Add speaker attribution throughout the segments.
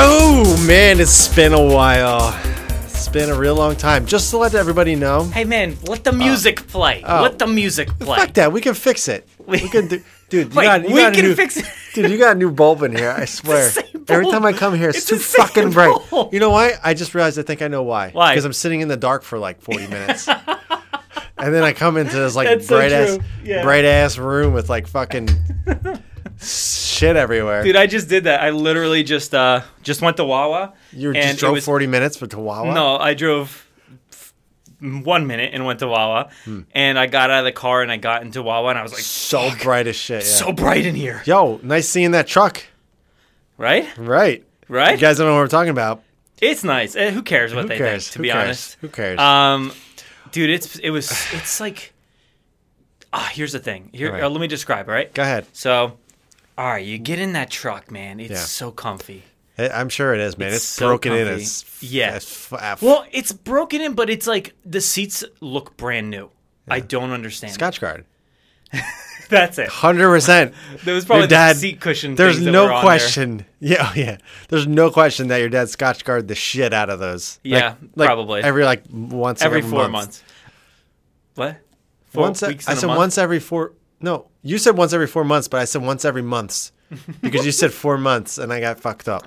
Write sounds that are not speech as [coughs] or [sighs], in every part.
Speaker 1: Oh, man, it's been a while. It's been a real long time. Just to let everybody know,
Speaker 2: Hey man, let the music play. let the music play.
Speaker 1: Oh. fuck that. We can fix
Speaker 2: [laughs]
Speaker 1: it. We can do, dude. You
Speaker 2: Wait,
Speaker 1: got, you
Speaker 2: we
Speaker 1: got a
Speaker 2: can
Speaker 1: new-
Speaker 2: fix it.
Speaker 1: dude. You got a new bulb in
Speaker 2: [laughs]
Speaker 1: here. I swear.
Speaker 2: same
Speaker 1: Every
Speaker 2: bulb.
Speaker 1: time I come here, it's,
Speaker 2: It's
Speaker 1: too
Speaker 2: the same
Speaker 1: fucking bright.
Speaker 2: bulb.
Speaker 1: You know why? I just realized. I think I know why.
Speaker 2: Why?
Speaker 1: Because I'm sitting in the dark for like 40
Speaker 2: [laughs]
Speaker 1: minutes. And then I come into this like
Speaker 2: That's so
Speaker 1: bright ass,
Speaker 2: true. Yeah.
Speaker 1: bright ass room with like
Speaker 2: [laughs]
Speaker 1: fucking shit everywhere.
Speaker 2: [laughs] Dude, I just did that. I literally just uh just went to Wawa.
Speaker 1: you
Speaker 2: and
Speaker 1: just
Speaker 2: it
Speaker 1: drove
Speaker 2: was-
Speaker 1: 40 minutes for Chihuahua.
Speaker 2: No, I drove f- one minute and went to Wawa,
Speaker 1: Hmm.
Speaker 2: and I got out of the car and I got into Wawa and I was like,
Speaker 1: so bright as shit. yeah.
Speaker 2: [laughs] so bright in here,
Speaker 1: Yo, nice seeing that truck.
Speaker 2: right?
Speaker 1: Right. You
Speaker 2: Right?
Speaker 1: guys don't know what we're talking about.
Speaker 2: It's nice. Eh, who cares what
Speaker 1: Who
Speaker 2: they
Speaker 1: cares?
Speaker 2: think? To
Speaker 1: Who
Speaker 2: be
Speaker 1: cares?
Speaker 2: honest,
Speaker 1: Who cares?
Speaker 2: Um, dude, it's
Speaker 1: [sighs]
Speaker 2: it was it's like ah, here's the thing. Here,
Speaker 1: All right.
Speaker 2: uh, let me describe. All right,
Speaker 1: Go ahead.
Speaker 2: So, all right, you get in that truck, man. It's
Speaker 1: Yeah.
Speaker 2: so comfy.
Speaker 1: I- I'm sure it is, man. It's,
Speaker 2: It's so
Speaker 1: broken in.
Speaker 2: comfy.
Speaker 1: It's f-
Speaker 2: Yeah.
Speaker 1: it's f- uh, f-
Speaker 2: Well, it's broken in, but it's like the seats look brand new. I don't understand.
Speaker 1: Scotch guard.
Speaker 2: [laughs] That's it.
Speaker 1: Hundred
Speaker 2: [laughs]
Speaker 1: percent.
Speaker 2: There was probably
Speaker 1: Your dad-
Speaker 2: the seat cushion.
Speaker 1: There's
Speaker 2: things that were
Speaker 1: no
Speaker 2: on
Speaker 1: question. [laughs] Yeah, oh, yeah. There's no question that your dad Scotch guard the shit out of those. Like-
Speaker 2: Yeah,
Speaker 1: like
Speaker 2: probably.
Speaker 1: every like once
Speaker 2: there. every
Speaker 1: every
Speaker 2: four
Speaker 1: month.
Speaker 2: months. What? Four
Speaker 1: Once a-
Speaker 2: weeks
Speaker 1: I
Speaker 2: in a
Speaker 1: said
Speaker 2: month?
Speaker 1: once every four. No, you said once every four months, but I said once every
Speaker 2: [laughs]
Speaker 1: months because you said four months, and I got fucked up.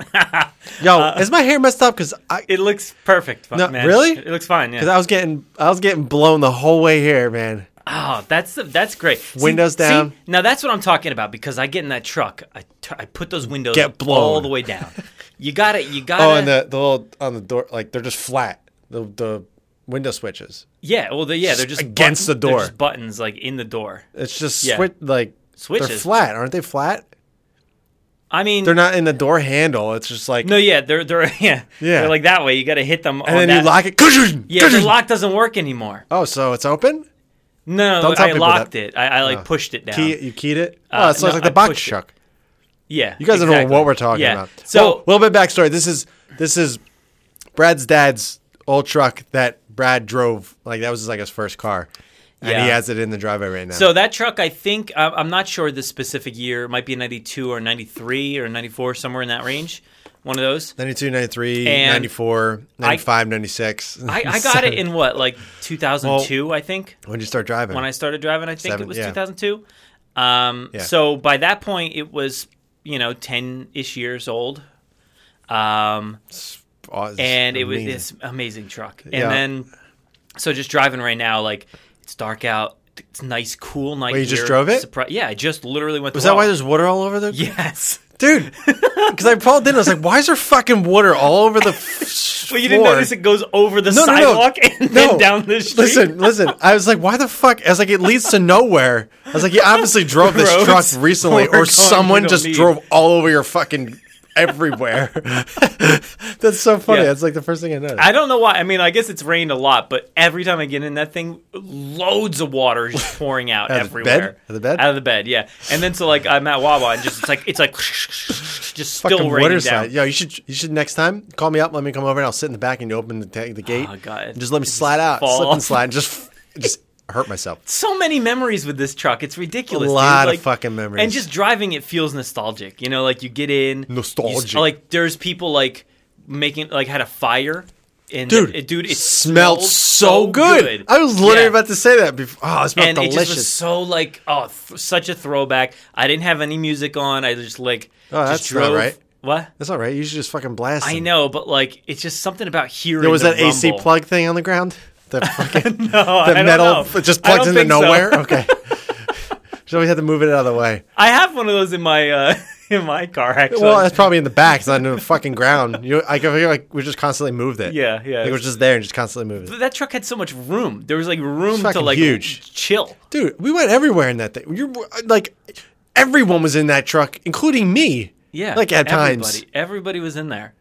Speaker 1: Yo,
Speaker 2: Uh,
Speaker 1: is my hair messed up? Because I
Speaker 2: It looks perfect.
Speaker 1: No,
Speaker 2: man.
Speaker 1: really?
Speaker 2: It looks fine. Yeah.
Speaker 1: Because I was getting I was getting blown the whole way here, man.
Speaker 2: Oh, that's the, that's great. See-
Speaker 1: Windows
Speaker 2: see,
Speaker 1: down.
Speaker 2: now that's what I'm talking about because I get in that truck, I, tu- I put those windows
Speaker 1: Get blown.
Speaker 2: all the way down. You got to You got to
Speaker 1: [laughs] Oh, and the the little on the door, like they're just flat. The the window switches.
Speaker 2: yeah. Well, they yeah, they're just
Speaker 1: against
Speaker 2: button-
Speaker 1: the
Speaker 2: they're
Speaker 1: door.
Speaker 2: just buttons like in the door.
Speaker 1: It's just
Speaker 2: Yeah.
Speaker 1: swi- like They're
Speaker 2: Switches.
Speaker 1: flat, aren't they? Flat.
Speaker 2: I mean,
Speaker 1: They're not in the door handle. It's just like
Speaker 2: no, yeah, they're they're [laughs] yeah,
Speaker 1: Yeah.
Speaker 2: They're like that way. You got to hit them.
Speaker 1: and
Speaker 2: on
Speaker 1: then
Speaker 2: that.
Speaker 1: you lock it. [laughs]
Speaker 2: Yeah, the lock doesn't work anymore.
Speaker 1: Oh, so it's open.
Speaker 2: No,
Speaker 1: Don't tell
Speaker 2: I
Speaker 1: people
Speaker 2: locked
Speaker 1: that.
Speaker 2: it. I, I like pushed it down.
Speaker 1: Key, you keyed it. oh, so
Speaker 2: Uh,
Speaker 1: it's
Speaker 2: no,
Speaker 1: like the
Speaker 2: I
Speaker 1: box
Speaker 2: pushed it.
Speaker 1: truck.
Speaker 2: Yeah,
Speaker 1: You guys don't know
Speaker 2: exactly.
Speaker 1: what we're talking
Speaker 2: Yeah.
Speaker 1: about.
Speaker 2: So
Speaker 1: Well, a little bit backstory. This is this is Brad's dad's old truck that Brad drove. Like that was like his first car, and he
Speaker 2: Yeah.
Speaker 1: has it in the driveway right now.
Speaker 2: So that truck, I think I- I'm not sure the specific year. It might be '92 or '93 or '94, somewhere in that range. One of those.
Speaker 1: 92, 93,
Speaker 2: And
Speaker 1: 94, 95, 96. [laughs]
Speaker 2: I, I got it in what, like 2002, I think.
Speaker 1: When did you start driving?
Speaker 2: When I started driving, I think
Speaker 1: Seven-
Speaker 2: it was
Speaker 1: yeah.
Speaker 2: 2002. Um,
Speaker 1: Yeah.
Speaker 2: So by that point, it was you know 10 ish years old, um,
Speaker 1: Oh, it's
Speaker 2: and it was
Speaker 1: amazing.
Speaker 2: this amazing truck. And
Speaker 1: Yeah.
Speaker 2: then, so just driving right now, like it's dark out. It's nice, cool night.
Speaker 1: you just
Speaker 2: here.
Speaker 1: drove it?
Speaker 2: Surpri- yeah, I just literally went.
Speaker 1: Was that why there's water all over the
Speaker 2: [laughs] Yes.
Speaker 1: dude? Because I pulled in, I was like, "Why is there fucking water all
Speaker 2: [laughs]
Speaker 1: over the?" F-
Speaker 2: But you didn't
Speaker 1: floor?"
Speaker 2: notice it goes over the
Speaker 1: No, no, no.
Speaker 2: sidewalk [laughs] and
Speaker 1: No.
Speaker 2: then down the street.
Speaker 1: Listen, listen. I was like, why the fuck? I was like, it leads to nowhere. I was like, you obviously drove this
Speaker 2: Roads
Speaker 1: truck recently,
Speaker 2: were
Speaker 1: or
Speaker 2: gone,
Speaker 1: someone
Speaker 2: you don't
Speaker 1: just
Speaker 2: need.
Speaker 1: drove all over your fucking everywhere. [laughs] That's so funny.
Speaker 2: Yeah.
Speaker 1: That's like the first thing I noticed.
Speaker 2: I don't know why. I mean, I guess it's rained a lot, but every time I get in that thing, loads of water
Speaker 1: [laughs]
Speaker 2: is just pouring out,
Speaker 1: Out of the bed?
Speaker 2: everywhere.
Speaker 1: Out of the bed?
Speaker 2: Out of the bed, yeah. And then so like I'm at Wawa and just it's like it's like [laughs] just still
Speaker 1: fucking
Speaker 2: raining
Speaker 1: water
Speaker 2: down.
Speaker 1: slide. Yo, you should you should next time call me up. Let me come over and I'll sit in the back and you open the, ta- the gate.
Speaker 2: Oh, God.
Speaker 1: And just let me slide out,
Speaker 2: fall
Speaker 1: slip and
Speaker 2: off.
Speaker 1: slide, and just just hurt myself.
Speaker 2: So many memories with this truck. It's ridiculous.
Speaker 1: A
Speaker 2: dude.
Speaker 1: lot of
Speaker 2: Like-
Speaker 1: fucking memories.
Speaker 2: And just driving it feels nostalgic. You know, like you get in you s-
Speaker 1: Nostalgic.
Speaker 2: like there's people like making like had a fire. And
Speaker 1: dude,
Speaker 2: it, dude, it
Speaker 1: smelled so good. I was literally
Speaker 2: Yeah.
Speaker 1: about to say that before. Oh, it smelled
Speaker 2: and
Speaker 1: delicious.
Speaker 2: it just was so like oh th- such a throwback i didn't have any music on i just like
Speaker 1: Oh,
Speaker 2: just
Speaker 1: that's not right.
Speaker 2: what
Speaker 1: That's all right. You should just fucking blast.
Speaker 2: i
Speaker 1: them.
Speaker 2: know but like it's just something about hearing
Speaker 1: There was
Speaker 2: the
Speaker 1: that AC
Speaker 2: [laughs] rumble.
Speaker 1: plug thing on the ground. [laughs]
Speaker 2: [laughs]
Speaker 1: The fucking
Speaker 2: no, I
Speaker 1: the
Speaker 2: don't
Speaker 1: metal
Speaker 2: know.
Speaker 1: it just
Speaker 2: I
Speaker 1: plugs
Speaker 2: don't
Speaker 1: into
Speaker 2: think so. [laughs]
Speaker 1: nowhere. Okay. so we had to move it out of the way.
Speaker 2: i have one of those in my uh [laughs] in my car actually
Speaker 1: Well, that's probably in the back. It's not in the fucking ground. You, I feel like we just constantly moved it.
Speaker 2: Yeah, yeah.
Speaker 1: Like it was just there and just constantly moved it.
Speaker 2: But that truck had so much room there was like room to
Speaker 1: fucking
Speaker 2: like
Speaker 1: huge.
Speaker 2: chill
Speaker 1: Dude, we went everywhere in that thing. You're like, everyone was in that truck, including me.
Speaker 2: yeah
Speaker 1: Like at
Speaker 2: everybody,
Speaker 1: times,
Speaker 2: everybody was in there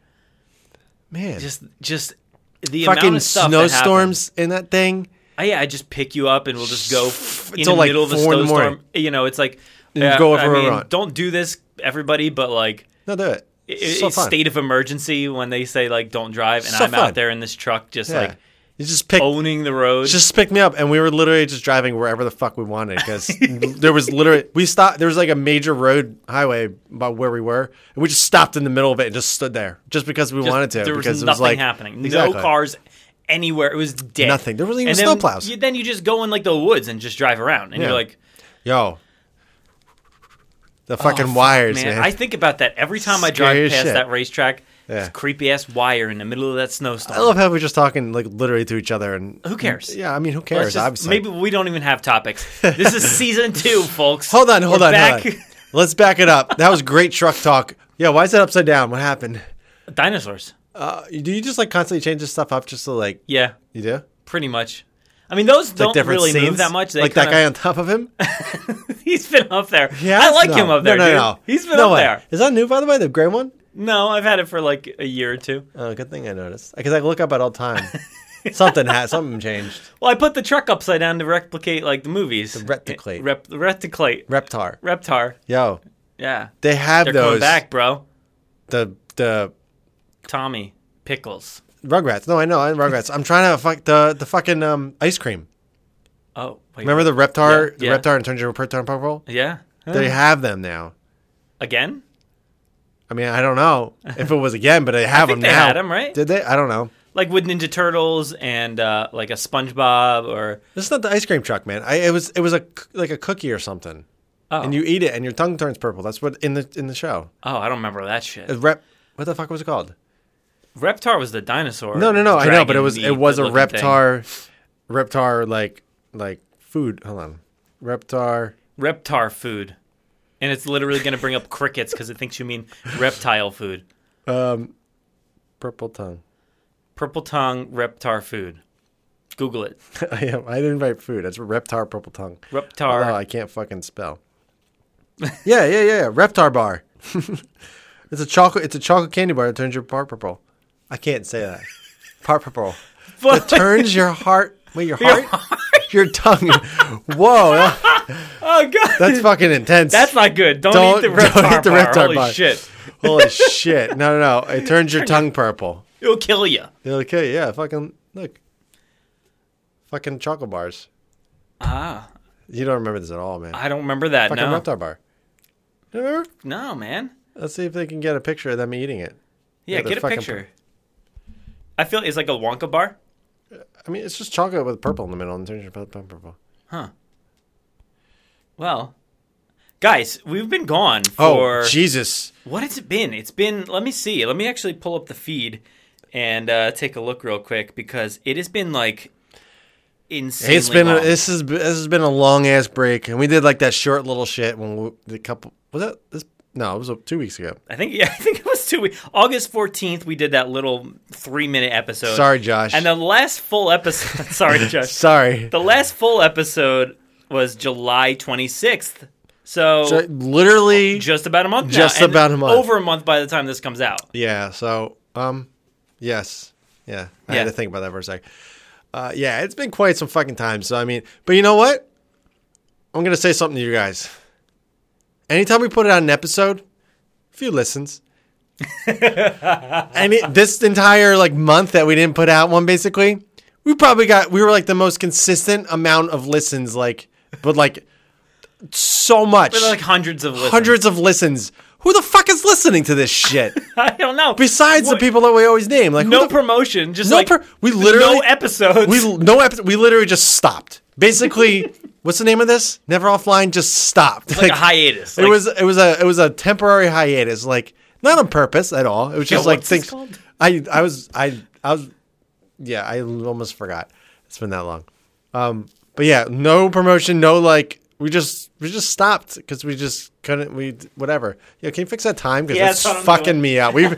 Speaker 1: man. Just
Speaker 2: just just the amount
Speaker 1: fucking
Speaker 2: of stuff that happened.
Speaker 1: snowstorms in that thing.
Speaker 2: I, yeah, I just pick you up and we'll just go f- in
Speaker 1: Until,
Speaker 2: the
Speaker 1: like,
Speaker 2: middle of a
Speaker 1: four in the morning.
Speaker 2: snowstorm. You know, it's like
Speaker 1: you
Speaker 2: yeah,
Speaker 1: go
Speaker 2: I
Speaker 1: over a
Speaker 2: mean,
Speaker 1: run.
Speaker 2: don't do this, everybody, but like
Speaker 1: No, do it.
Speaker 2: i-
Speaker 1: It's
Speaker 2: i-
Speaker 1: so fun.
Speaker 2: state of emergency when they say like don't drive, and
Speaker 1: So
Speaker 2: I'm
Speaker 1: fun.
Speaker 2: out there in this truck just
Speaker 1: Yeah.
Speaker 2: like
Speaker 1: You just pick
Speaker 2: owning the road.
Speaker 1: just pick me up and we were literally just driving wherever the fuck we wanted
Speaker 2: [laughs]
Speaker 1: because there was literally we stopped there was like a major road highway by where we were and we just stopped in the middle of it and just stood there just because we
Speaker 2: Just-
Speaker 1: wanted to
Speaker 2: There was
Speaker 1: because
Speaker 2: nothing
Speaker 1: it was like
Speaker 2: happening.
Speaker 1: Exactly.
Speaker 2: No cars anywhere. It was dead.
Speaker 1: Nothing. There wasn't even
Speaker 2: And then
Speaker 1: snowplows.
Speaker 2: You, then you just go in like the woods and just drive around, and
Speaker 1: Yeah.
Speaker 2: you're like,
Speaker 1: yo the
Speaker 2: oh,
Speaker 1: fucking
Speaker 2: fuck,
Speaker 1: wires man,
Speaker 2: man. I think about that every time I
Speaker 1: Scary
Speaker 2: drive
Speaker 1: as
Speaker 2: past
Speaker 1: shit.
Speaker 2: that racetrack.
Speaker 1: Yeah.
Speaker 2: creepy ass wire in the middle of that snowstorm.
Speaker 1: I love how we're just talking like literally to each other and
Speaker 2: Who cares?
Speaker 1: yeah I mean who
Speaker 2: Let's
Speaker 1: cares
Speaker 2: just-
Speaker 1: obviously
Speaker 2: Maybe we don't even have topics. This
Speaker 1: [laughs]
Speaker 2: is season two, folks.
Speaker 1: hold on hold
Speaker 2: We're
Speaker 1: on,
Speaker 2: back.
Speaker 1: hold on let's back it up that was great truck talk yeah why is that upside down what happened
Speaker 2: [laughs] Dinosaurs.
Speaker 1: uh, do you just like constantly change this stuff up just to like
Speaker 2: Yeah,
Speaker 1: you do
Speaker 2: pretty much. I mean, those
Speaker 1: like
Speaker 2: don't really move that much. They
Speaker 1: like that guy on top of
Speaker 2: [laughs]
Speaker 1: him.
Speaker 2: guy. He's been up there.
Speaker 1: Yeah,
Speaker 2: I like
Speaker 1: No.
Speaker 2: him up there.
Speaker 1: No, no,
Speaker 2: dude.
Speaker 1: no.
Speaker 2: He's been
Speaker 1: no
Speaker 2: up
Speaker 1: way.
Speaker 2: there.
Speaker 1: Is that new, by the way, the gray one?
Speaker 2: No, I've had it for like a year or two.
Speaker 1: Oh, good thing I noticed because I look up at all
Speaker 2: [laughs]
Speaker 1: time. something had something changed.
Speaker 2: Well, I put the truck upside down to replicate like the movies.
Speaker 1: replicate.
Speaker 2: Rep, replicate.
Speaker 1: Reptar.
Speaker 2: Reptar.
Speaker 1: Yo,
Speaker 2: Yeah.
Speaker 1: they have
Speaker 2: They're
Speaker 1: those.
Speaker 2: coming back, bro.
Speaker 1: The the
Speaker 2: Tommy Pickles.
Speaker 1: Rugrats. No, I know. I'm Rugrats. I'm trying to fuck the the fucking um ice cream.
Speaker 2: Oh, wait.
Speaker 1: Remember the Reptar?
Speaker 2: Yeah, yeah.
Speaker 1: The Reptar and turns into a Reptar Purple.
Speaker 2: Yeah.
Speaker 1: They have them now.
Speaker 2: Again?
Speaker 1: I mean, I don't know if it was again,
Speaker 2: [laughs]
Speaker 1: but they have
Speaker 2: think
Speaker 1: them
Speaker 2: they
Speaker 1: now.
Speaker 2: had 'em, right?
Speaker 1: Did they? I don't know.
Speaker 2: Like with Ninja Turtles and uh, like a SpongeBob or
Speaker 1: This is not the ice cream truck, man. I, it was it was a c- like a cookie or something,
Speaker 2: Oh.
Speaker 1: and you eat it, and your tongue turns purple. That's what in the in the show.
Speaker 2: oh, I don't remember that shit.
Speaker 1: A rep, what the fuck was it called?
Speaker 2: Reptar was the dinosaur.
Speaker 1: No, no, no. I know, but it was it
Speaker 2: dragon-y
Speaker 1: was a
Speaker 2: looking thing.
Speaker 1: reptar, reptar like like food. Hold on, reptar.
Speaker 2: Reptar food, and it's literally going to bring up crickets because it thinks you mean reptile food.
Speaker 1: Um, purple tongue. [laughs]
Speaker 2: Purple tongue reptar food. Google it.
Speaker 1: I am. I didn't write food. That's reptar purple tongue.
Speaker 2: Reptar.
Speaker 1: Oh, I can't fucking spell. [laughs] yeah, yeah, yeah. Reptar bar. [laughs] it's a chocolate. It's a chocolate candy bar that turns your heart purple. I can't say that. Heart purple.
Speaker 2: But-
Speaker 1: It turns your heart. Wait, your heart. Your tongue. Whoa, that-
Speaker 2: [laughs] oh god,
Speaker 1: that's fucking intense.
Speaker 2: that's not good. Don't, eat the
Speaker 1: Don't- don't
Speaker 2: reptar,
Speaker 1: eat the
Speaker 2: bar.
Speaker 1: Reptar
Speaker 2: Holy
Speaker 1: bar.
Speaker 2: shit, [laughs]
Speaker 1: Holy shit! No, no, no. It turns your tongue purple.
Speaker 2: it'll kill you.
Speaker 1: You're like, hey, yeah, fucking look. Fucking chocolate bars.
Speaker 2: Ah,
Speaker 1: You don't remember this at all, man.
Speaker 2: I don't remember that.
Speaker 1: Fucking
Speaker 2: No,
Speaker 1: Reptar bar. You remember?
Speaker 2: no, man.
Speaker 1: Let's see if they can get a picture of them eating it.
Speaker 2: Yeah,
Speaker 1: Yeah, they're
Speaker 2: get a
Speaker 1: fucking-
Speaker 2: picture. I feel it's like a Wonka bar.
Speaker 1: I mean, it's just chocolate with purple in the middle and turns your tongue purple.
Speaker 2: Well, guys, we've been gone
Speaker 1: Oh,
Speaker 2: for
Speaker 1: Jesus.
Speaker 2: What has it been? It's been. Let me see. Let me actually pull up the feed and uh, take a look real quick because it has been like insanely.
Speaker 1: It's been
Speaker 2: long.
Speaker 1: this is this has been a long ass break, and we did like that short little shit when we, the couple was that this no it was uh, two weeks ago.
Speaker 2: I think. [laughs] Yeah, I think it was two weeks. August fourteenth, we did that little three-minute episode.
Speaker 1: Sorry, Josh.
Speaker 2: Uh, And the last full
Speaker 1: [laughs]
Speaker 2: episode. [laughs] sorry, Josh.
Speaker 1: Sorry,
Speaker 2: The last full episode was July twenty-sixth. So.
Speaker 1: So, literally.
Speaker 2: just about a month now,
Speaker 1: Just
Speaker 2: and
Speaker 1: about a month.
Speaker 2: Over a month by the time this comes out.
Speaker 1: yeah. So um, yes, yeah. I
Speaker 2: Yeah.
Speaker 1: had to think about that for a sec. Uh, yeah, it's been quite some fucking time. So I mean, but you know what? I'm gonna say something to you guys. Anytime we put out an episode, a few
Speaker 2: [laughs]
Speaker 1: listens. and it, this entire like month that we didn't put out one, basically, we probably got we were like the most consistent amount of listens, like, but like so much,
Speaker 2: There were, like hundreds of listens.
Speaker 1: hundreds of listens. Who the fuck is listening to this shit?
Speaker 2: [laughs] I don't know.
Speaker 1: Besides
Speaker 2: What-
Speaker 1: the people that we always name, like who
Speaker 2: no
Speaker 1: the,
Speaker 2: promotion, just
Speaker 1: No
Speaker 2: like
Speaker 1: pro- we
Speaker 2: no
Speaker 1: literally-
Speaker 2: episodes. [laughs]
Speaker 1: we no episode, we literally just stopped. Basically, what's the name of this? Never offline just stopped.
Speaker 2: like, a hiatus.
Speaker 1: it was it was a it was a temporary hiatus, like not on purpose at all. It was
Speaker 2: Yeah,
Speaker 1: just like
Speaker 2: what's this
Speaker 1: things.
Speaker 2: called?
Speaker 1: I I was I I was yeah I almost forgot. It's been that long. Um, but yeah, no promotion, no like. We just we just stopped because we just couldn't we whatever. Yeah, can you fix that time? Because
Speaker 2: Yeah,
Speaker 1: it's
Speaker 2: that's what I'm
Speaker 1: fucking
Speaker 2: doing.
Speaker 1: me up. We've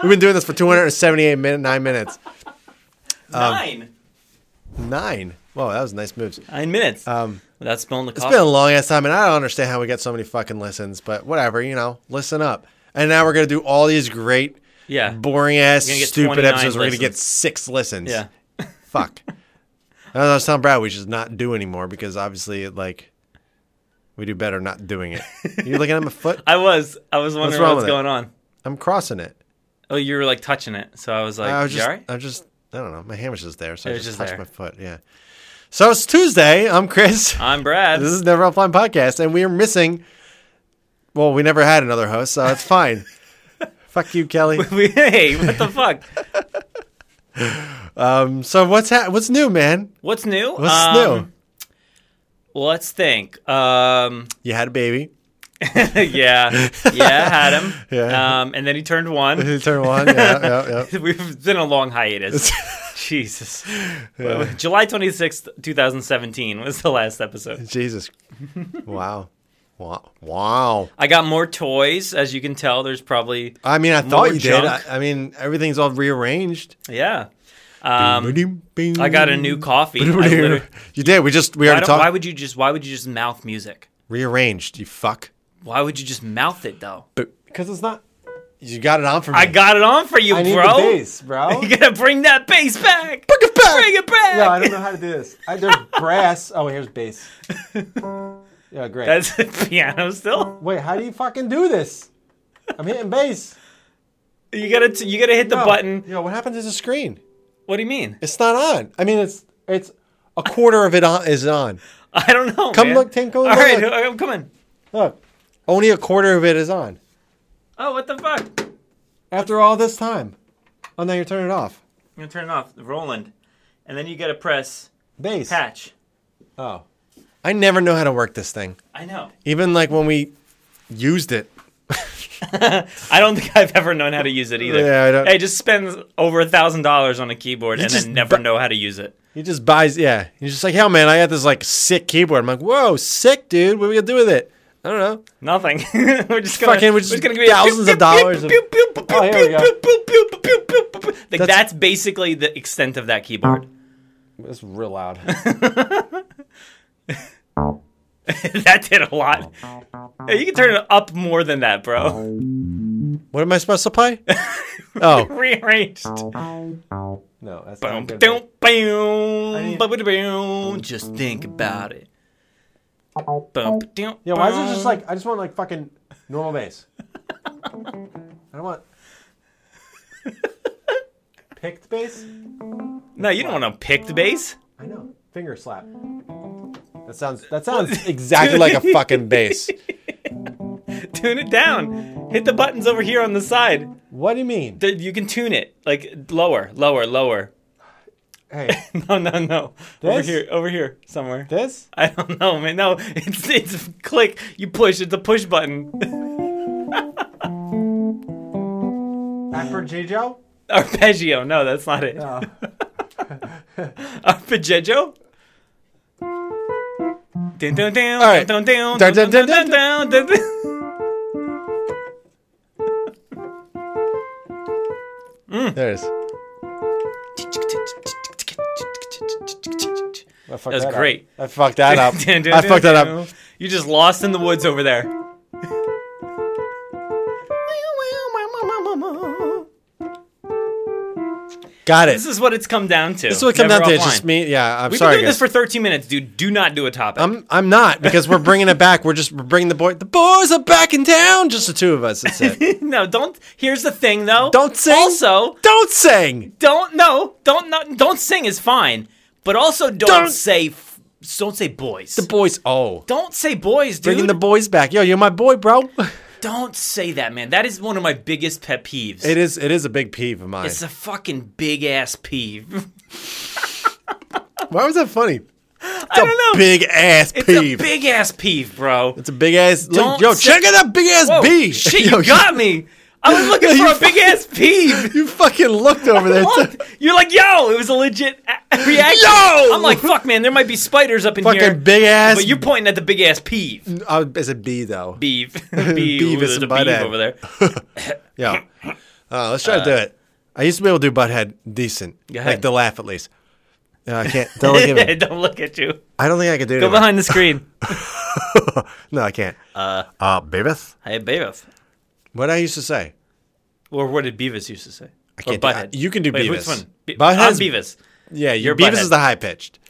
Speaker 1: we've been doing this for 278 minute nine minutes um,
Speaker 2: nine.
Speaker 1: nine. Whoa, that was nice moves.
Speaker 2: nine minutes.
Speaker 1: Um,
Speaker 2: Without spilling the
Speaker 1: It's been a
Speaker 2: coffee.
Speaker 1: long ass time, and I don't understand how we got so many fucking listens, but whatever, you know, listen up. And now we're gonna do all these great,
Speaker 2: Yeah.
Speaker 1: boring ass,
Speaker 2: You're gonna get
Speaker 1: stupid
Speaker 2: 29
Speaker 1: episodes. We're gonna get
Speaker 2: listens.
Speaker 1: six listens.
Speaker 2: yeah.
Speaker 1: [laughs] Fuck. And I was telling Brad we should not do anymore because obviously, it, like, we do better not doing
Speaker 2: [laughs]
Speaker 1: it. You looking at my foot?
Speaker 2: I was. I was wondering
Speaker 1: wrong
Speaker 2: what's
Speaker 1: with it?
Speaker 2: going on.
Speaker 1: I'm crossing it.
Speaker 2: Oh, you were like touching it. So I was like,
Speaker 1: I was
Speaker 2: you
Speaker 1: just,
Speaker 2: all right?
Speaker 1: I was just I don't know. My hammer's just there, so I
Speaker 2: It was
Speaker 1: just,
Speaker 2: just
Speaker 1: touched
Speaker 2: there.
Speaker 1: my foot. Yeah. So it's Tuesday. I'm Chris.
Speaker 2: I'm Brad. [laughs]
Speaker 1: This is Never Offline Podcast, and we are missing. Well, we never had another host, so it's
Speaker 2: [laughs]
Speaker 1: fine. Fuck you, Kelly.
Speaker 2: hey, what the fuck?
Speaker 1: Um, so what's ha- what's new, man?
Speaker 2: What's new?
Speaker 1: [laughs] What's new?
Speaker 2: Um, Well, let's think. Um, [laughs]
Speaker 1: You had a baby.
Speaker 2: yeah, yeah, had him.
Speaker 1: [laughs] Yeah.
Speaker 2: Um, and then he turned one.
Speaker 1: [laughs] You turned one. Yeah, yeah, yeah.
Speaker 2: [laughs] We've been a
Speaker 1: [laughs]
Speaker 2: long hiatus. Jesus. July 26th, 2017 was the last episode.
Speaker 1: Jesus. Wow. Wow. Wow.
Speaker 2: I got more toys. As you can tell, there's probably,
Speaker 1: I mean, I
Speaker 2: More
Speaker 1: thought you did. I,
Speaker 2: junk.
Speaker 1: I mean, everything's all rearranged.
Speaker 2: yeah. Um, I
Speaker 1: I
Speaker 2: got a
Speaker 1: [laughs]
Speaker 2: new coffee. I literally-
Speaker 1: you did. We just we
Speaker 2: why,
Speaker 1: already
Speaker 2: don't-
Speaker 1: talked.
Speaker 2: why would you just why would you just mouth music?
Speaker 1: rearranged. You fuck.
Speaker 2: Why would you just mouth it though?
Speaker 1: Because it's not. You got it on for me.
Speaker 2: I got it on for you,
Speaker 1: I need
Speaker 2: bro.
Speaker 1: the bass, bro.
Speaker 2: [laughs] You gotta bring that bass back.
Speaker 1: Bring it back.
Speaker 2: Bring it back.
Speaker 3: No, I don't know how to do this. I, there's brass. Oh, here's bass. Yeah, great.
Speaker 2: [laughs] That's a piano still.
Speaker 3: Wait, how do you fucking do this? I'm hitting bass.
Speaker 2: You gotta t- you gotta hit the
Speaker 3: No.
Speaker 2: [laughs] button.
Speaker 1: Yo, what happened to the screen?
Speaker 2: What do you mean? [laughs]
Speaker 1: It's not on. I mean, it's it's
Speaker 3: [laughs]
Speaker 1: a quarter of it on, is on.
Speaker 2: I don't know.
Speaker 1: Come
Speaker 2: man.
Speaker 1: look, Tim. Come
Speaker 2: All right, uh,
Speaker 1: look.
Speaker 2: I'm coming.
Speaker 1: Look, only a quarter of it is on.
Speaker 2: Oh, what the fuck? I'm
Speaker 1: After all this time, oh now you're turning it off.
Speaker 2: gonna turn it off. Roland, and then you gotta press
Speaker 1: Bass.
Speaker 2: patch.
Speaker 3: Oh,
Speaker 1: I never know how to work this thing.
Speaker 2: I know.
Speaker 1: Even like when we used it.
Speaker 2: I don't think I've ever known how to use it either.
Speaker 1: Yeah, I don't-
Speaker 2: Hey, just spend over a thousand dollars on a keyboard and
Speaker 1: just
Speaker 2: then never
Speaker 1: bu-
Speaker 2: know how to use it.
Speaker 1: He just buys, yeah. He's just like, hell, man, I got this like sick keyboard. I'm like, whoa, sick, dude. What are we gonna do with it? I don't know.
Speaker 2: Nothing. [laughs] we're just gonna,
Speaker 1: Fucking-
Speaker 2: we're
Speaker 1: we're
Speaker 2: just
Speaker 1: just
Speaker 2: gonna give you
Speaker 1: thousands of dollars of-
Speaker 3: Oh, here we go.
Speaker 2: Like
Speaker 1: That's-
Speaker 2: that's basically the extent of that keyboard. [laughs]
Speaker 3: that's real loud.
Speaker 2: that did a lot. Hey, you can turn it up more than that, bro.
Speaker 1: [laughs]
Speaker 2: [laughs]
Speaker 1: What am I supposed
Speaker 3: [laughs]
Speaker 1: to play? oh,
Speaker 2: Rearranged.
Speaker 3: No, that's not
Speaker 2: Boom,
Speaker 3: good.
Speaker 2: boom, boom, boom, boom. Just think about it. Boom, boom,
Speaker 3: Yeah, why is it just like I just want like fucking normal bass? I don't want picked bass.
Speaker 2: No, you don't want no picked bass. [laughs]
Speaker 3: I know, finger slap.
Speaker 1: that sounds that
Speaker 2: [laughs]
Speaker 1: sounds exactly like a fucking bass.
Speaker 2: Tune it down. Hit the buttons over here on the side.
Speaker 3: What do you mean?
Speaker 2: Th- You can tune it like lower, lower, lower. [laughs]
Speaker 3: Hey,
Speaker 2: No, no, no. Over
Speaker 3: This?
Speaker 2: here, over here, somewhere.
Speaker 3: this?
Speaker 2: [laughs] I don't know, man. No, [laughs] it's it's click. You push. It's a push button. [laughs]
Speaker 3: Arpeggio?
Speaker 2: Arpeggio. No, that's not it.
Speaker 3: No.
Speaker 2: Arpeggio. Dun, dun, dun,
Speaker 1: right.
Speaker 2: dun, dun,
Speaker 1: Dun,
Speaker 2: dun,
Speaker 1: dun,
Speaker 2: dun,
Speaker 1: dun,
Speaker 2: dun, dun, dun, dun.
Speaker 1: There it is.
Speaker 3: I fucked
Speaker 2: That was
Speaker 3: up.
Speaker 2: great.
Speaker 1: I fucked that
Speaker 2: [laughs]
Speaker 1: up.
Speaker 2: Dun, dun,
Speaker 1: I
Speaker 2: dun,
Speaker 1: fucked that
Speaker 2: dun.
Speaker 1: up.
Speaker 2: You just lost in the woods over there.
Speaker 1: Got it.
Speaker 2: This is what it's come down to.
Speaker 1: This will come down
Speaker 2: Never
Speaker 1: to it's
Speaker 2: offline.
Speaker 1: just me. Yeah, I'm
Speaker 2: We've
Speaker 1: sorry.
Speaker 2: been doing this
Speaker 1: guys.
Speaker 2: for 13 minutes, dude. Do not do a topic.
Speaker 1: I'm I'm not because we're bringing it back. We're just we're bringing the boy. The boys are back in town. Just the two of us. That's
Speaker 2: [laughs]
Speaker 1: it.
Speaker 2: [laughs] no, don't. Here's the thing, though.
Speaker 1: Don't sing.
Speaker 2: Also,
Speaker 1: Don't sing.
Speaker 2: don't no, don't not, don't sing is fine, but also don't,
Speaker 1: Don't-
Speaker 2: say f- don't say boys.
Speaker 1: The boys. Oh,
Speaker 2: don't say boys, dude.
Speaker 1: bringing the boys back. Yo, you're my boy,
Speaker 2: [laughs]
Speaker 1: bro.
Speaker 2: don't say that, man. That is one of my biggest pet peeves.
Speaker 1: It is. It is a big peeve of mine.
Speaker 2: it's a fucking big ass peeve. [laughs]
Speaker 1: Why was that funny? It's
Speaker 2: I don't know.
Speaker 1: Big ass
Speaker 2: it's
Speaker 1: peeve.
Speaker 2: a big ass peeve, bro.
Speaker 1: it's a big ass.
Speaker 2: Don't
Speaker 1: yo,
Speaker 2: say-
Speaker 1: check out that big ass
Speaker 2: Whoa,
Speaker 1: peeve. [laughs]
Speaker 2: shit,
Speaker 1: Yo,
Speaker 2: you got me. I was looking
Speaker 1: [laughs] You
Speaker 2: for a big ass
Speaker 1: [laughs]
Speaker 2: peeve.
Speaker 1: You fucking looked over there.
Speaker 2: What? You're like, yo, it was a legit a- [laughs] reaction.
Speaker 1: Yo!
Speaker 2: I'm like, fuck, man, there might be spiders up in
Speaker 1: fucking
Speaker 2: here.
Speaker 1: big ass.
Speaker 2: But you're pointing at the big ass peeve.
Speaker 1: [laughs] I was- it's a B though.
Speaker 2: Beef. [laughs] beef.
Speaker 1: Beef
Speaker 2: Ooh,
Speaker 1: is
Speaker 2: there's a
Speaker 1: a butt
Speaker 2: beef
Speaker 1: end.
Speaker 2: over there. [coughs]
Speaker 1: Yeah. Uh, let's try to do it. I used to be able to do butthead decent.
Speaker 2: Go ahead.
Speaker 1: Like the laugh at least. No, I can't. Don't look at me.
Speaker 2: [laughs] Don't look at you.
Speaker 1: I don't think I can do it.
Speaker 2: Go behind the screen.
Speaker 1: [laughs] No, I can't. Uh, uh Beavis?
Speaker 2: hey, Beavis.
Speaker 1: What I used to say.
Speaker 2: Or what did Beavis used to say? I
Speaker 1: can't do-
Speaker 2: or Butthead.
Speaker 1: you can do
Speaker 2: Wait,
Speaker 1: Beavis.
Speaker 2: Which one? Be-
Speaker 1: Butthead's-
Speaker 2: I'm Beavis.
Speaker 1: Yeah, your
Speaker 2: You're
Speaker 1: Beavis
Speaker 2: butthead.
Speaker 1: is the high pitched.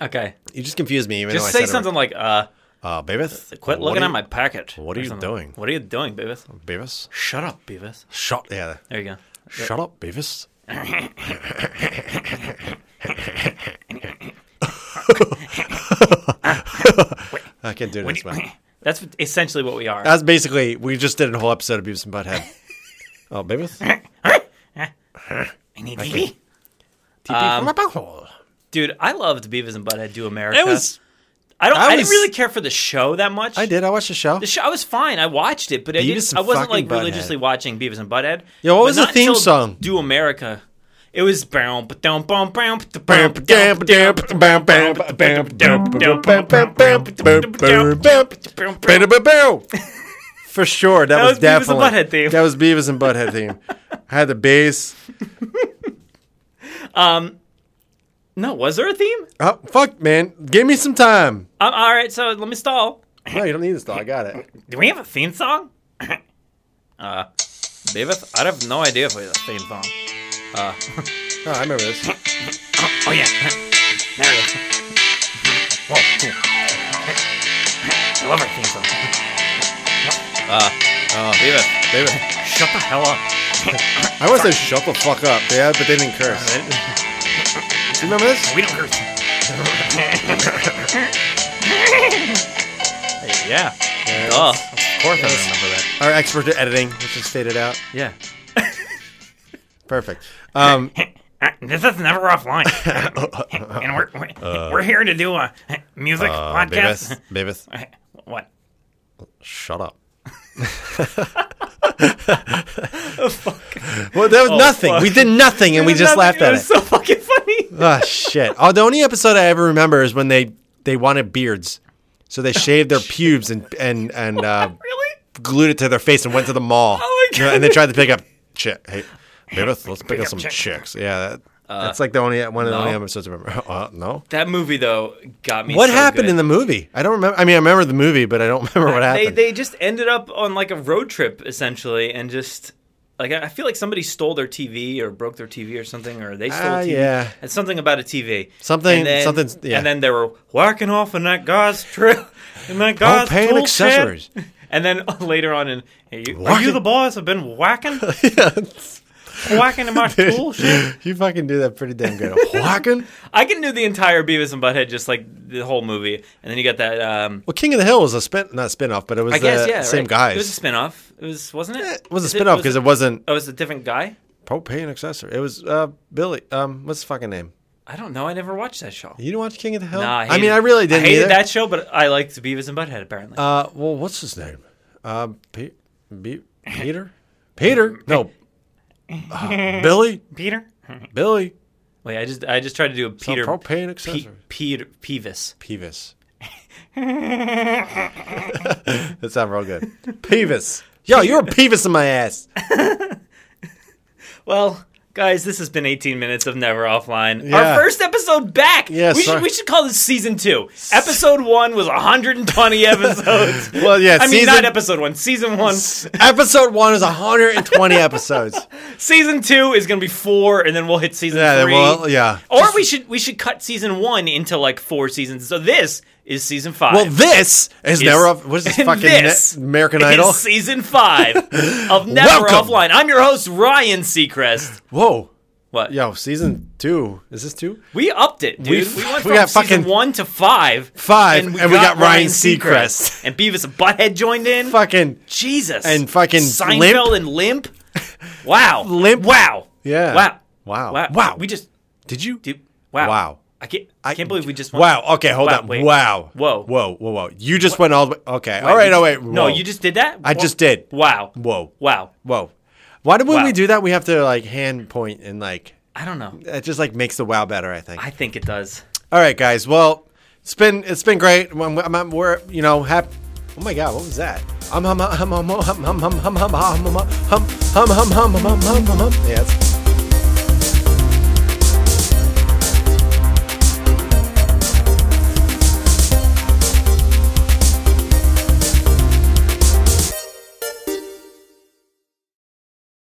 Speaker 2: Okay.
Speaker 1: You just confused me. Even
Speaker 2: Just
Speaker 1: though I
Speaker 2: say
Speaker 1: said it
Speaker 2: something like, uh,
Speaker 1: right. Uh, Beavis?
Speaker 2: quit
Speaker 1: what
Speaker 2: looking
Speaker 1: are
Speaker 2: at my packet.
Speaker 1: what
Speaker 2: or
Speaker 1: are you
Speaker 2: something.
Speaker 1: doing?
Speaker 2: What are you doing, Beavis?
Speaker 1: you- Beavis?
Speaker 2: Shut up, Beavis.
Speaker 1: Shut. Yeah.
Speaker 2: [laughs] There you go.
Speaker 1: Shut up, Beavis. can't do this, man.
Speaker 2: That's essentially what we are.
Speaker 1: That's basically we just did a whole episode of Beavis and
Speaker 2: [laughs]
Speaker 1: Butthead. oh, Beavis, TP
Speaker 2: I need TV.
Speaker 1: from my
Speaker 2: Um,
Speaker 1: butthole.
Speaker 2: Dude, I loved Beavis and Butthead Do America.
Speaker 1: It was.
Speaker 2: I don't.
Speaker 1: I
Speaker 2: I, didn't
Speaker 1: was-
Speaker 2: really care for the show that much.
Speaker 1: I did. I watched the show.
Speaker 2: The show I was fine. I watched it, but I,
Speaker 1: Beavis
Speaker 2: didn't,
Speaker 1: and
Speaker 2: I wasn't like
Speaker 1: fucking Butthead.
Speaker 2: religiously watching Beavis and Butthead.
Speaker 1: Yo, what
Speaker 2: But
Speaker 1: was the
Speaker 2: not
Speaker 1: theme
Speaker 2: till
Speaker 1: song?
Speaker 2: Do America. It was bam, bam, bam, bam, bam, bam, bam, bam.
Speaker 1: For sure, that, was,
Speaker 2: was Beavis and
Speaker 1: definitely
Speaker 2: Butthead theme.
Speaker 1: that was Beavis and Butthead theme. I had the bass.
Speaker 2: No, was there a theme?
Speaker 1: Oh fuck, man! Give me some time.
Speaker 2: Um, all right, so let me stall.
Speaker 1: No, you don't need this though. I got it.
Speaker 2: Do we have a theme song? [coughs] uh, Beavis, I have no idea if we have a theme song.
Speaker 1: Oh, I remember this.
Speaker 2: Oh yeah, [coughs] there it is. [coughs] Whoa, cool. [coughs] I love our theme song. [coughs] Uh, Beavis,
Speaker 1: Beavis.
Speaker 2: shut the hell up.
Speaker 1: I want to say shut the fuck up, yeah, but they didn't curse. Do you remember this?
Speaker 2: We don't hurt yeah. Oh, of course I remember that.
Speaker 1: Our expert at editing, which is faded out.
Speaker 2: Yeah.
Speaker 1: Perfect. Um,
Speaker 2: Uh, This is never
Speaker 1: [laughs]
Speaker 2: offline, and we're we're, we're here to do a music
Speaker 1: uh,
Speaker 2: podcast.
Speaker 1: Beavis, Beavis,
Speaker 2: [laughs] what?
Speaker 1: shut
Speaker 2: [laughs]
Speaker 1: up. Well, that was
Speaker 2: Oh,
Speaker 1: nothing.
Speaker 2: fuck.
Speaker 1: We did nothing, and we just laughed at it.
Speaker 2: so fucking funny. [laughs]
Speaker 1: oh shit! Oh, the only episode I ever remember is when they they wanted beards, so they shaved their pubes and and and uh,
Speaker 2: really?
Speaker 1: glued it to their face and went to the mall.
Speaker 2: [laughs] Oh my
Speaker 1: You know,
Speaker 2: God.
Speaker 1: And they tried to pick up chick.
Speaker 2: [laughs]
Speaker 1: Hey, Beavis, let's pick,
Speaker 2: up
Speaker 1: up some
Speaker 2: chick.
Speaker 1: chicks. Yeah, that,
Speaker 2: Uh,
Speaker 1: that's like the only one of the only episodes I remember. [laughs] Uh, no.
Speaker 2: That movie though got me.
Speaker 1: What happened in the movie? I don't remember. I mean, I remember the movie, but I don't [laughs] remember what
Speaker 2: They
Speaker 1: happened.
Speaker 2: [laughs] they just ended up on like a road trip essentially, and just like I I feel like somebody stole their TV or broke their TV or something, or they stole
Speaker 1: Ah,
Speaker 2: a TV.
Speaker 1: yeah.
Speaker 2: It's something about a TV.
Speaker 1: Something-
Speaker 2: And then,
Speaker 1: something's- yeah.
Speaker 2: And then they were whacking off in that guy's trip, [laughs] in that guy's
Speaker 1: pay in
Speaker 2: tool
Speaker 1: accessories.
Speaker 2: shed. [laughs] And then later on, in hey, you, are
Speaker 1: Whacking-
Speaker 2: you the boss? Have been whacking, whacking
Speaker 1: [laughs]
Speaker 2: in my tool shed.
Speaker 1: you fucking do that pretty damn good. [laughs] Whacking?
Speaker 2: I can do the entire Beavis and Butthead, just like the whole movie. And then you got that. Um,
Speaker 1: Well, King of the Hill was a spin, not spin off, but it was
Speaker 2: I guess
Speaker 1: the
Speaker 2: yeah,
Speaker 1: same guys.
Speaker 2: right? It was a spinoff. It was wasn't it?
Speaker 1: It was a
Speaker 2: Is
Speaker 1: spin off because
Speaker 2: was
Speaker 1: it, wasn't
Speaker 2: Oh, it was a different guy?
Speaker 1: propane accessory. It was uh, Billy. Um, what's his fucking name?
Speaker 2: I don't know. I never watched that show.
Speaker 1: You didn't watch King of the Hill?
Speaker 2: Nah, I,
Speaker 1: I
Speaker 2: hated-
Speaker 1: mean, I really didn't.
Speaker 2: I hated
Speaker 1: either.
Speaker 2: that show, but I liked Beavis and Butthead apparently.
Speaker 1: Uh, well, what's his name? Uh, Pe- Be- Peter? Peter? No. Uh, Billy?
Speaker 2: Peter?
Speaker 1: Billy?
Speaker 2: Hmm. Wait, I just I just tried to do a Peter
Speaker 1: propane
Speaker 2: Pe-
Speaker 1: accessory.
Speaker 2: Peter Peevis.
Speaker 1: [laughs] Peevis. that sounds real good. Peevis. Yo, you're a Peevis in my ass.
Speaker 2: Well, guys, this has been 18 minutes of Never Offline.
Speaker 1: Yeah.
Speaker 2: Our first episode back.
Speaker 1: Yeah,
Speaker 2: we
Speaker 1: sorry.
Speaker 2: should we should call this season 2. Episode 1
Speaker 1: [laughs]
Speaker 2: was 120 episodes.
Speaker 1: Well, yeah,
Speaker 2: I mean, not
Speaker 1: season-
Speaker 2: episode 1, season 1.
Speaker 1: Episode one is [laughs] 120 episodes.
Speaker 2: Season 2 is going to be 4 and then we'll hit season
Speaker 1: Yeah,
Speaker 2: 3.
Speaker 1: well, yeah.
Speaker 2: Or we should we should cut season one into like four seasons. So this is season five.
Speaker 1: Well, this is never off. What is [laughs] this
Speaker 2: [laughs] and
Speaker 1: fucking
Speaker 2: this
Speaker 1: ne- American
Speaker 2: is
Speaker 1: Idol? [laughs]
Speaker 2: season five of Never
Speaker 1: Welcome.
Speaker 2: Offline. I'm your host Ryan Seacrest.
Speaker 1: Whoa.
Speaker 2: What?
Speaker 1: Yo, season two. Is this two?
Speaker 2: We upped it, dude.
Speaker 1: We-
Speaker 2: We, went
Speaker 1: we
Speaker 2: from
Speaker 1: got
Speaker 2: season
Speaker 1: fucking
Speaker 2: one to five.
Speaker 1: five, and we got Ryan Seacrest.
Speaker 2: and Beavis and Butthead joined in.
Speaker 1: Fucking.
Speaker 2: Jesus
Speaker 1: And fucking
Speaker 2: Seinfeld
Speaker 1: Limp.
Speaker 2: and Limp. Wow.
Speaker 1: [laughs] Limp.
Speaker 2: Wow.
Speaker 1: Yeah.
Speaker 2: Wow.
Speaker 1: Wow.
Speaker 2: Wow.
Speaker 1: Wow.
Speaker 2: We just
Speaker 1: Did you?
Speaker 2: dude. Wow.
Speaker 1: Wow.
Speaker 2: I can't. I can't believe we just. Went
Speaker 1: Wow. Okay, hold
Speaker 2: Wow,
Speaker 1: on.
Speaker 2: wait.
Speaker 1: Wow.
Speaker 2: Whoa.
Speaker 1: Whoa. Whoa. Whoa. You just went all the way. Okay. all right.
Speaker 2: you
Speaker 1: Oh
Speaker 2: just-
Speaker 1: wait.
Speaker 2: No,
Speaker 1: Whoa.
Speaker 2: you just did that.
Speaker 1: I
Speaker 2: Wha-
Speaker 1: just did.
Speaker 2: Wow.
Speaker 1: Whoa.
Speaker 2: Wow.
Speaker 1: Whoa. Why did when
Speaker 2: Wow.
Speaker 1: we do that? We have to like hand point and like
Speaker 2: I don't know.
Speaker 1: it just like makes the wow better. I think.
Speaker 2: I think it does.
Speaker 1: all right, guys. Well, it's been it's been great. I'm, I'm, I'm- we're you know happy. Oh my God, what was that? Um, hum, hum, hum, hum, hum, hum, hum, hum, hum, hum, hum, hum, hum, hum, hum, hum, hum, hum, hum. Yeah, it's-